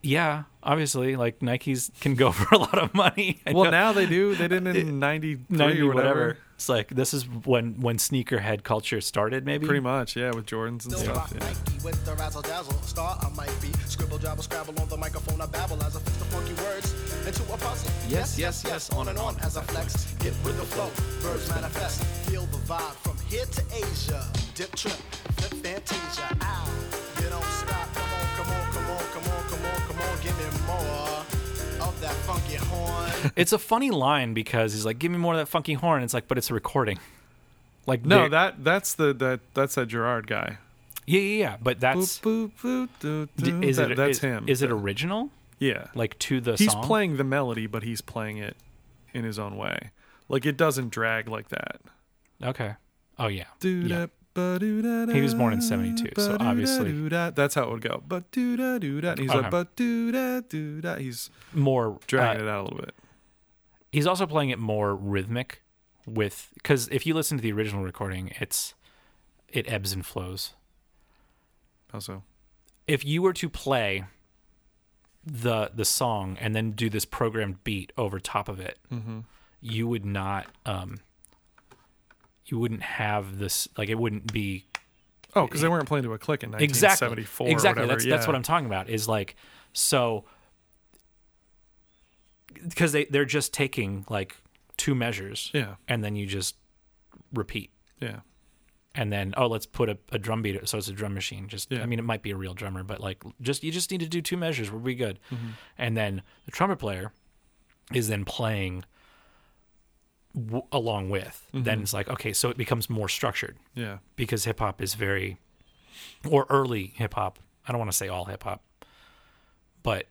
Yeah, obviously, like Nikes can go for a lot of money. I Well, know. now they do. They did in ninety three or whatever. It's like this is when when sneakerhead culture started, maybe. Pretty much. Yeah, with Jordans and Still rock stuff. Yeah. Nike with the razzle dazzle. Star I might be. Scribble, jabble, scrabble on the microphone. I babble as I fix the funky words into a puzzle. Yes, yes, yes. On and on as I flex. Get with the flow. Birds manifest. Feel the vibe from here to Asia. Dip trip. Flip Fantasia. Ow. You don't stop. Come on, come on, come on, come on, come on, come on. Give me more of that funky horn. It's a funny line because he's like, "Give me more of that funky horn." It's like, but it's a recording. Like No, they're- that that's the that that's that Gerard guy. yeah yeah yeah, but that's Boop, boop, boop, doo, d- doo. is That- it that's is- him. Is it original? yeah. Like to the he's song? playing the melody, but he's playing it in his own way. Like it doesn't drag like that. Okay. Oh yeah. yeah. Doo-da, ba-doo-da-da, He was born in 72, so obviously- ba-doo-da-doo-da. that's how it would go. But do da do da. He's Okay. like but do da do da. He's More dragging uh, it out a little bit. he's also playing it more rhythmic with because if you listen to the original recording it's it ebbs and flows Also, if you were to play the the song and then do this programmed beat over top of it Mm-hmm. you would not um you wouldn't have this like it wouldn't be oh, because they weren't playing to a click in exactly 1974. exactly Or whatever. that's that's yeah. what i'm talking about is like so because they they're just taking like two measures Yeah. and then you just repeat Yeah. and then oh let's put a, a drum beat so it's a drum machine just Yeah. i mean it might be a real drummer but like just you just need to do two measures we'll be good and then the trumpet player is then playing w- along with then it's like okay so it becomes more structured Yeah. because hip hop is very, or early hip hop. I don't want to say all hip hop, but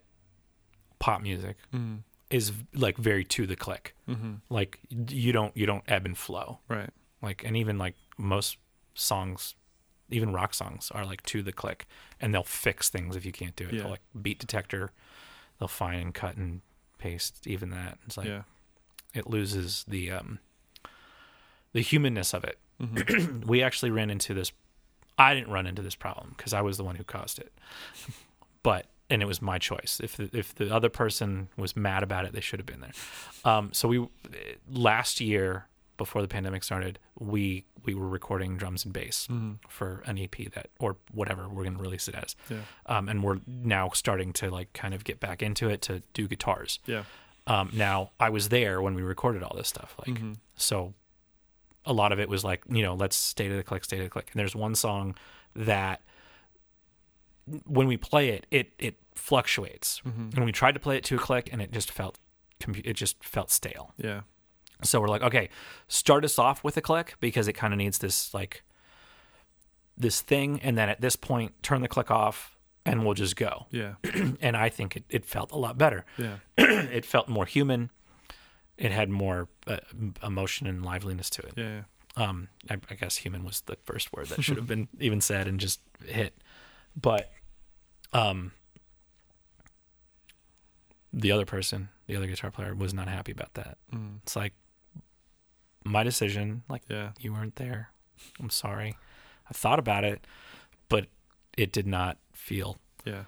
pop music Mm-hmm. is like very to the click. Like you don't you don't ebb and flow. Right. Like and even like most songs, even rock songs are like to the click, and they'll fix things if you can't do it. Yeah. They'll like beat detector, they'll find and cut and paste even that. It's like Yeah. it loses the um the humanness of it. we actually ran into this I didn't run into this problem because I was the one who caused it. But and it was my choice. If the, if the other person was mad about it, they should have been there. Um, so we last year before the pandemic started, we we were recording drums and bass for an EP that or whatever we're going to release it as. Yeah. Um, and we're now starting to like kind of get back into it to do guitars. Yeah. Um, now I was there when we recorded all this stuff, like so. A lot of it was like you know, let's stay to the click, stay to the click. And there's one song that when we play it, it it fluctuates. And we tried to play it to a click, and it just felt compu- it just felt stale. Yeah. So we're like, okay, start us off with a click because it kind of needs this like this thing, and then at this point, turn the click off, and we'll just go. Yeah. and I think it, it felt a lot better Yeah. it felt more human. It had more uh, m- emotion and liveliness to it. Yeah. Um, I, I guess human was the first word that should have been even said and just hit, but um, the other person, the other guitar player, was not happy about that. It's like my decision. Like Mm. Yeah. you weren't there. I'm sorry. I thought about it, but it did not feel. Yeah.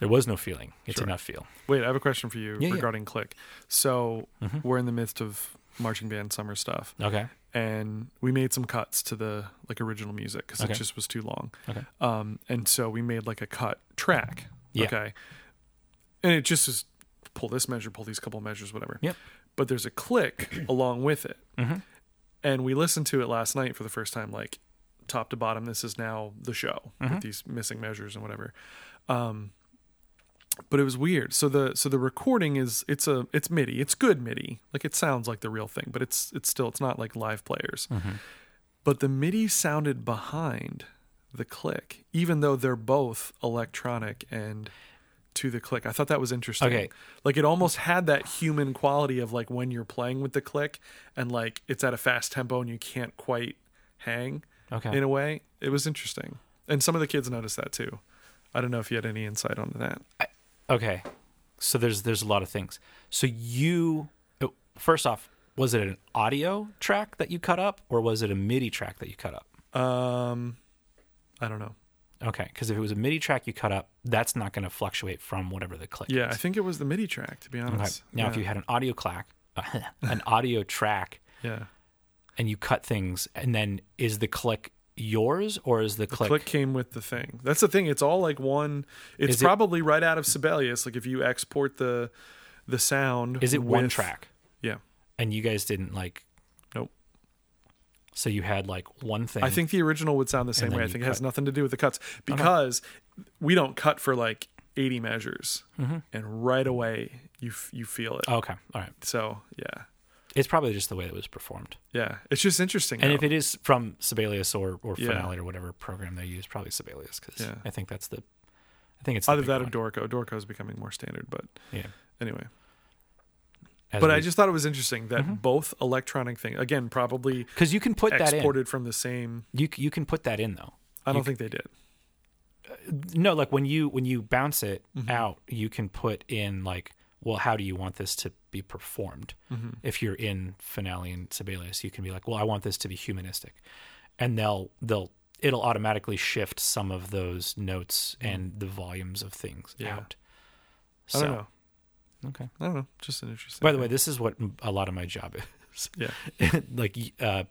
There was no feeling. It did not feel. Wait, I have a question for you Yeah, yeah. Mm-hmm. regarding Click. So we're in the midst of marching band summer stuff, Okay. and we made some cuts to the like original music because Okay. it just was too long. Okay. Um, and so we made like a cut track. Yeah. Okay. And it just is pull this measure, pull these couple measures, whatever. Yep. But there's a click along with it. And we listened to it last night for the first time, like top to bottom. This is now the show with these missing measures and whatever. Um, but it was weird. So the so the recording is it's a it's MIDI. It's good MIDI. Like it sounds like the real thing, but it's it's still it's not like live players but the MIDI sounded behind the click, even though they're both electronic and to the click. I thought that was interesting. Okay. Like it almost had that human quality of like when you're playing with the click and like it's at a fast tempo and you can't quite hang Okay. in a way. It was interesting. And some of the kids noticed that too. I don't know if you had any insight onto that. Okay. So there's there's a lot of things. So you oh, first off, was it an audio track that you cut up or was it a MIDI track that you cut up? Um I don't know. Okay, cuz if it was a MIDI track you cut up, that's not going to fluctuate from whatever the click Yeah, I is. think it was the MIDI track to be Okay. honest. Now yeah. if you had an audio clack, an audio track yeah. and you cut things and then is the click yours or is the click, click came with the thing. That's the thing. It's all like one. It's Is it- probably right out of Sibelius. Like if you export the the sound, is it one with- track Yeah. and you guys didn't like Nope. so you had like one thing I think the original would sound the same then way. I you think it has cut. nothing to do with the cuts because we don't cut for like eighty measures, Mm-hmm. and right away you f- you feel it. okay all right So yeah, it's probably just the way it was performed yeah. It's just interesting. And though. if it is from Sibelius or or Yeah. Finale or whatever program they use, probably Sibelius because Yeah. I think that's the, I think it's the either big that or one. Dorco. Dorco is becoming more standard, but Yeah, anyway. As But we- I just thought it was interesting that both electronic thing again probably because you can put that in. exported from the same. You c- you can put that in though. I don't think they did. No, like when you when you bounce it Mm-hmm. out, you can put in like, well, how do you want this to be performed? Mm-hmm. If you're in Finale and Sibelius, you can be like, well, I want this to be humanistic, and they'll they'll it'll automatically shift some of those notes and the volumes of things Mm-hmm. Yeah. out. I So, don't know. okay. I don't know. Just an interesting. By the way, this is what m- a lot of my job is. yeah, like uh,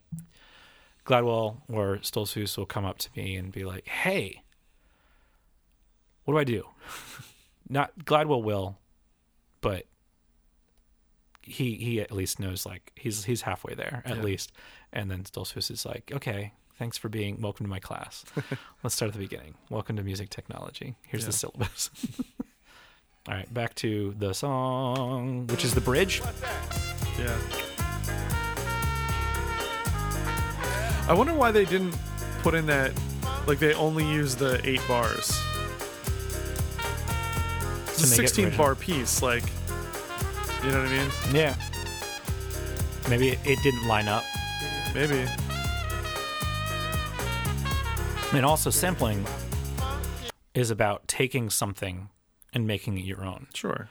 Gladwell or Stolzfus will come up to me and be like, "Hey, what do I do?" Not Gladwell will, but he he at least knows like he's he's halfway there at Yeah. least. And then Stolzfus is like, "Okay, thanks for being welcome to my class. Let's start at the beginning. Welcome to music technology. Here's the Yeah. syllabus." All right, back to the song, which is the bridge. yeah. I wonder why they didn't put in that. Like they only use the eight bars. It's a make it sixteen original. bar piece. Like, you know what I mean? Yeah. Maybe it, it didn't line up. Maybe. And also, sampling is about taking something and making it your own. Sure.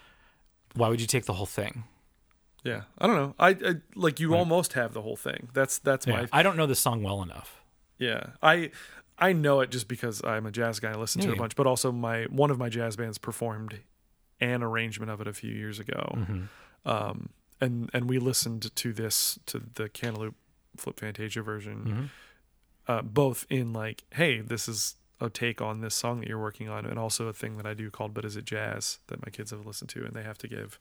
Why would you take the whole thing? Yeah. I don't know. I, I like you almost have the whole thing. That's that's my I don't know the song well enough. Yeah, I I know it just because I'm a jazz guy. I listen to Yeah, it a yeah. bunch, but also my one of my jazz bands performed an arrangement of it a few years ago, um, and and we listened to this to the Cantaloupe Flip Fantasia version, uh, both in like, hey, this is a take on this song that you're working on, and also a thing that I do called "But Is It Jazz" that my kids have listened to, and they have to give.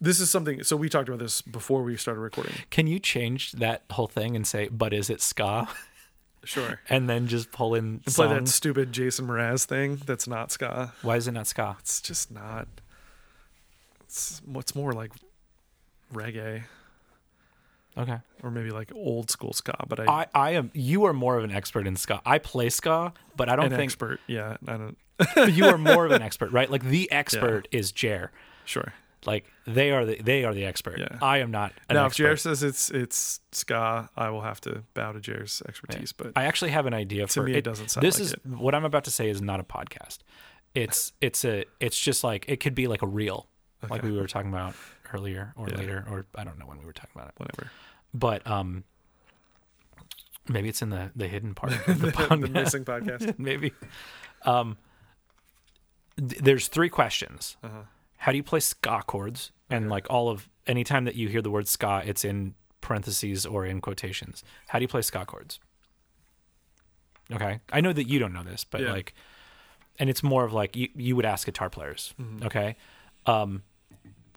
This is something. So we talked about this before we started recording. Can you change that whole thing and say, but is it ska? Sure. And then just pull in And play that songs? stupid Jason Mraz thing that's not ska. Why is it not ska? it's just not it's what's more like reggae Okay. or maybe like old school ska but i, I, I am. You are more of an expert in ska. I play ska, but I don't an think expert yeah i don't you are more of an expert, right? Like the expert is Jer. sure Like they are the they are the expert. Yeah. I am not. An now expert. if jair says it's it's ska i will have to bow to jair's expertise but I actually have an idea for me, it doesn't sound This like is it. what I'm about to say is not a podcast. It's it's a it's just like it could be like a reel, like we were talking about earlier or later or I don't know when we were talking about it, whatever but um, maybe it's in the the hidden part of the, podcast. the missing podcast maybe. Um, th- there's three questions. How do you play ska chords? And like all of anytime that you hear the word ska, it's in parentheses or in quotations. How do you play Scott chords? Okay, I know that you don't know this, but Yeah. like, and it's more of like you, you would ask guitar players. Okay, um,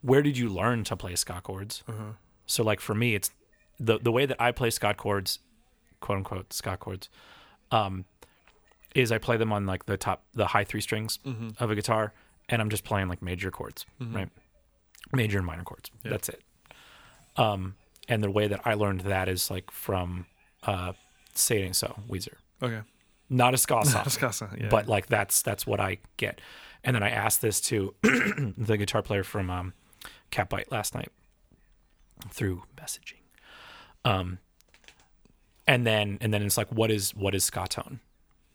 where did you learn to play Scott chords? So like for me, it's the the way that I play Scott chords, quote unquote Scott chords, is I play them on like the top, the high three strings of a guitar, and I'm just playing like major chords, right? Major and minor chords. That's it. Um, and the way that I learned that is like from uh, "Say It Ain't So" Weezer, Okay. not a ska song, Discuss, yeah. but like that's that's what I get. And then I asked this to the guitar player from um, Cat Bite last night through messaging. Um, and then and then it's like, what is what is ska tone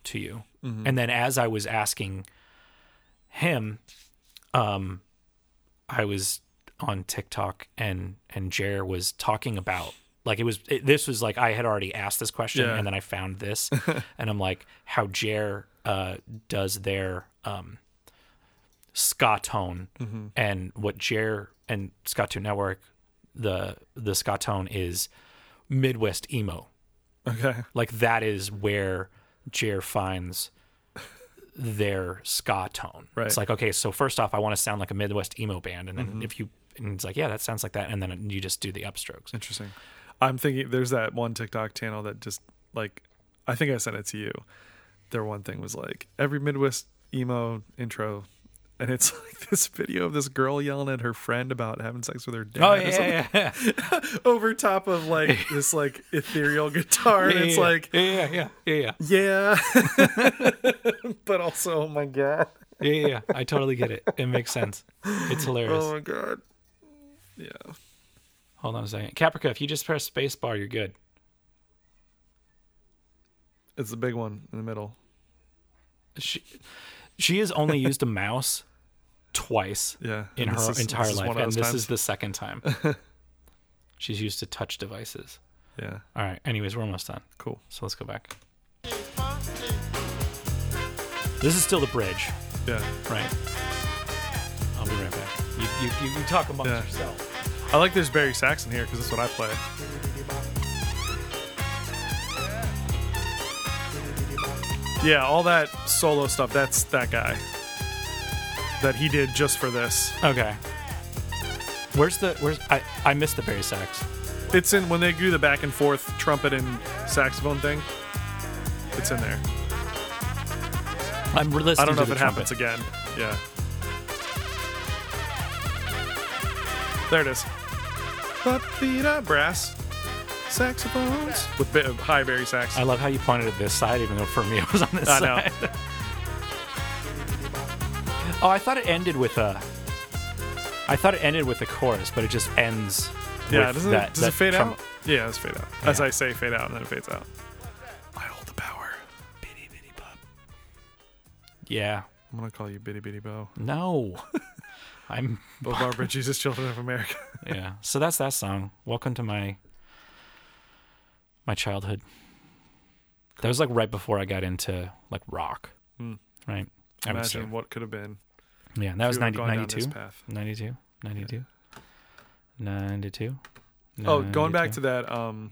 to you? And then as I was asking him, um, I was on TikTok and and Jer was talking about like it was it, this was like I had already asked this question Yeah. and then I found this and I'm like how Jer uh, does their um, ska tone and what Jer and Ska Tone Network the the ska tone is Midwest emo okay. like that is where Jer finds their ska tone. Right. Mm-hmm. It's like, okay, so first off, I want to sound like a Midwest emo band, and then if you and it's like, yeah, that sounds like that, and then you just do the upstrokes. Interesting. I'm thinking there's that one TikTok channel that just like I think I sent it to you. Their one thing was like every Midwest emo intro and it's like this video of this girl yelling at her friend about having sex with her dad Oh or yeah, something, yeah, yeah, over top of like this like ethereal guitar and it's Yeah, like yeah, yeah, yeah, yeah, yeah, yeah but also oh my god yeah, yeah, yeah. I totally get it. It makes sense. It's hilarious. oh my god yeah Hold on a second, Caprica. If you just press space bar, you're good. it's the big one in the middle She, she has only used a mouse twice. yeah in and this her is- entire this is life, one of and those this times. is the second time she's used to touch devices. yeah All right. Anyways, we're almost done, cool so let's go back. This is still the bridge, yeah right? I'll be right back. You you, you, you talk amongst Yeah. yourself. I like there's Barry Saxon here because that's what I play. Yeah, all that solo stuff, that's that guy. That he did just for this. Okay. Where's the where's I I missed the Barry Sachs. It's in when they do the back and forth trumpet and saxophone thing. It's in there. I'm re- listening. I don't know to if it the trumpet. happens again. Yeah. There it is. Ba-dee-da, brass saxophones with bit of high Barry sax. I love how you pointed at this side, even though for me it was on this I know. side. oh, I thought it ended with a. I thought it ended with a chorus, but it just ends. Yeah, with doesn't that, it, does it that fade trum- out? Yeah, it's fade out. As Yeah. I say, fade out, and then it fades out. I hold the power. Bitty bitty pop. Yeah. I'm gonna call you Bitty Bitty Bo. No. I'm Bo Barbara, Jesus, Children of America. yeah. So that's that song. Welcome to my my childhood. That was like right before I got into like rock. Right. I would say. Hmm. Imagine what could have been. Yeah, and that if was you would've 90, gone down this 92, path. 92, 92, 92. Oh, going back 92. to that um,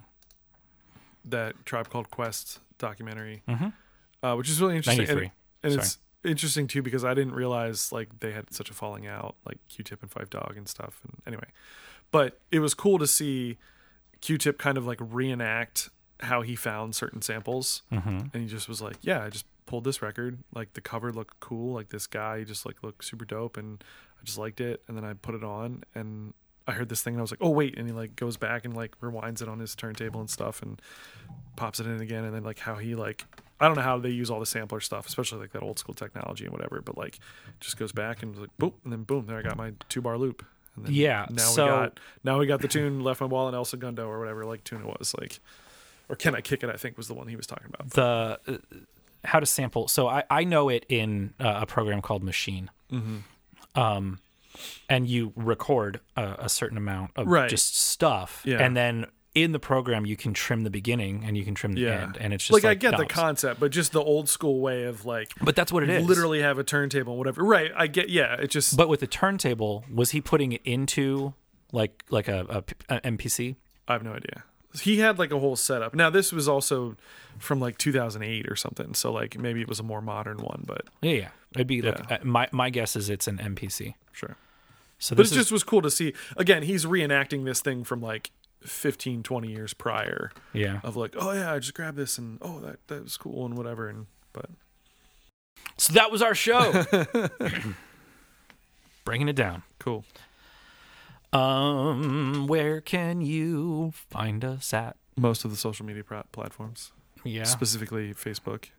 that Tribe Called Quest documentary, Mhm. uh, which is really interesting. And, 93. and it's interesting too because I didn't realize like they had such a falling out, like Q-Tip and Five Dog and stuff. And anyway, but it was cool to see Q-Tip kind of like reenact how he found certain samples, Mm-hmm. and he just was like, "Yeah, I just pulled this record. Like the cover looked cool. Like this guy just like looked super dope, and I just liked it. And then I put it on, and I heard this thing, and I was like, "Oh wait!" And he like goes back and like rewinds it on his turntable and stuff, and pops it in again, and then like how he like. I don't know how they use all the sampler stuff, especially like that old school technology and whatever, but like just goes back and was like boop and then boom, there I got my two bar loop. And then Yeah, Now so- we got now we got the tune Left My Wall and El Segundo or whatever like tune it was like, or Can I Kick It? I think was the one he was talking about. the uh, how to sample. So I I know it in uh, a program called Machine. Um, Mm-hmm. and you record a, a certain amount of Right. just stuff, Yeah. and then in the program you can trim the beginning and you can trim the Yeah, end, and it's just like, like, I get the knobs. concept, but just the old school way of like but that's what it is. literally have a turntable and whatever. Right? I get. Yeah, it just But with the turntable, was he putting it into like like a, a, p- a MPC? I have no idea. He had like a whole setup. Now this was also from like 2008 or something, so like maybe it was a more modern one, but Yeah, yeah. It'd be like Yeah. uh, my my guess is it's an NPC. sure. So But this it is just was cool to see. Again, he's reenacting this thing from like 15, 20 years prior yeah. of like, oh yeah, I just grabbed this and oh that that was cool and whatever. And but So that was our show. Bringing it down. cool. Um, where can you find us at? Most of the social media pro- platforms, Yeah. specifically Facebook,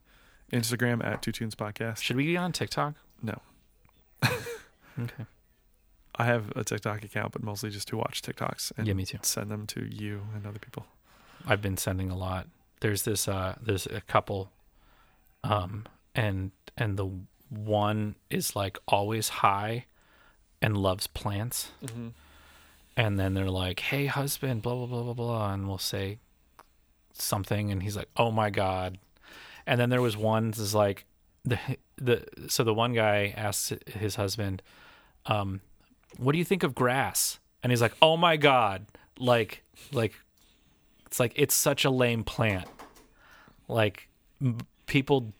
Instagram at Two Tunes Podcast. Should we be on TikTok? No, Okay. I have a TikTok account, but mostly just to watch TikToks and Yeah, me too. send them to you and other people. I've been sending a lot. There's this uh there's a couple um and and the one is like always high and loves plants. And then they're like, "Hey husband, blah blah blah blah blah." And we'll say something and he's like, "Oh my god." And then there was one that's like the the so the one guy asks his husband, um, "What do you think of grass?" And he's like, "Oh my god." Like like it's like it's such a lame plant. Like m- people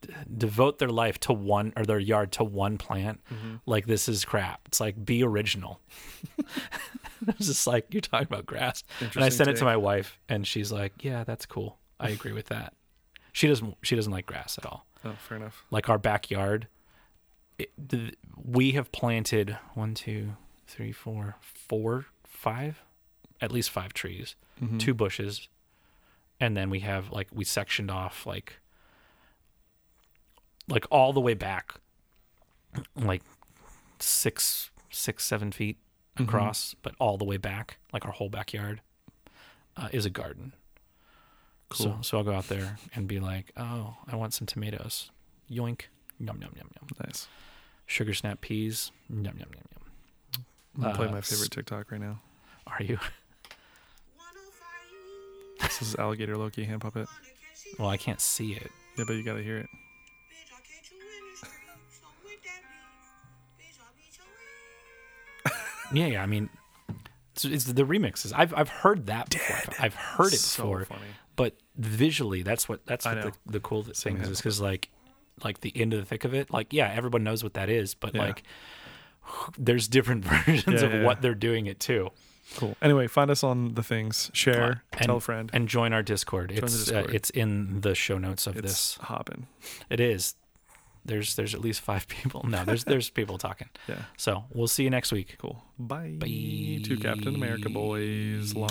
d- devote their life to one or their yard to one plant. Mm-hmm. Like this is crap. It's like be original. I was just like you're talking about grass, and I Interesting sent it to take. my wife, and she's like, "Yeah, that's cool. I agree with that." She doesn't. She doesn't like grass at all. Oh, fair enough. Like our backyard, it, th- we have planted one, two, three, four, four, five, at least five trees, two bushes, and then we have like we sectioned off like like all the way back, like six, six, seven feet across, but all the way back, like our whole backyard, uh, is a garden. So, so I'll go out there and be like, oh, I want some tomatoes. Yoink. Yum, yum, yum, yum. Nice. Sugar snap peas. Yum, yum, yum, yum. I'm gonna play Uh, my s- favorite TikTok right now. Are you? This is Alligator Loki hand puppet. Well, I can't see it. Yeah, but you gotta hear it. Yeah, yeah. I mean, it's, it's the remixes. I've, I've heard that before. I've- I've heard it So before. funny. But visually, that's what that's I what the, know. the cool thing is, here. is because like, like the end of the thick of it. Like, yeah, everyone knows what that is, but Yeah. like, there's different versions Yeah, of yeah, what yeah. they're doing it to. Cool. Anyway, find us on the things. Share. and, tell a friend. and join our Discord. the it's Uh, Discord. it's in the show notes of it's this. hopping. It is. There's there's at least five people. No, there's there's people talking. Yeah. So we'll see you next week. Cool. Bye. Bye. Two Captain America boys. Long-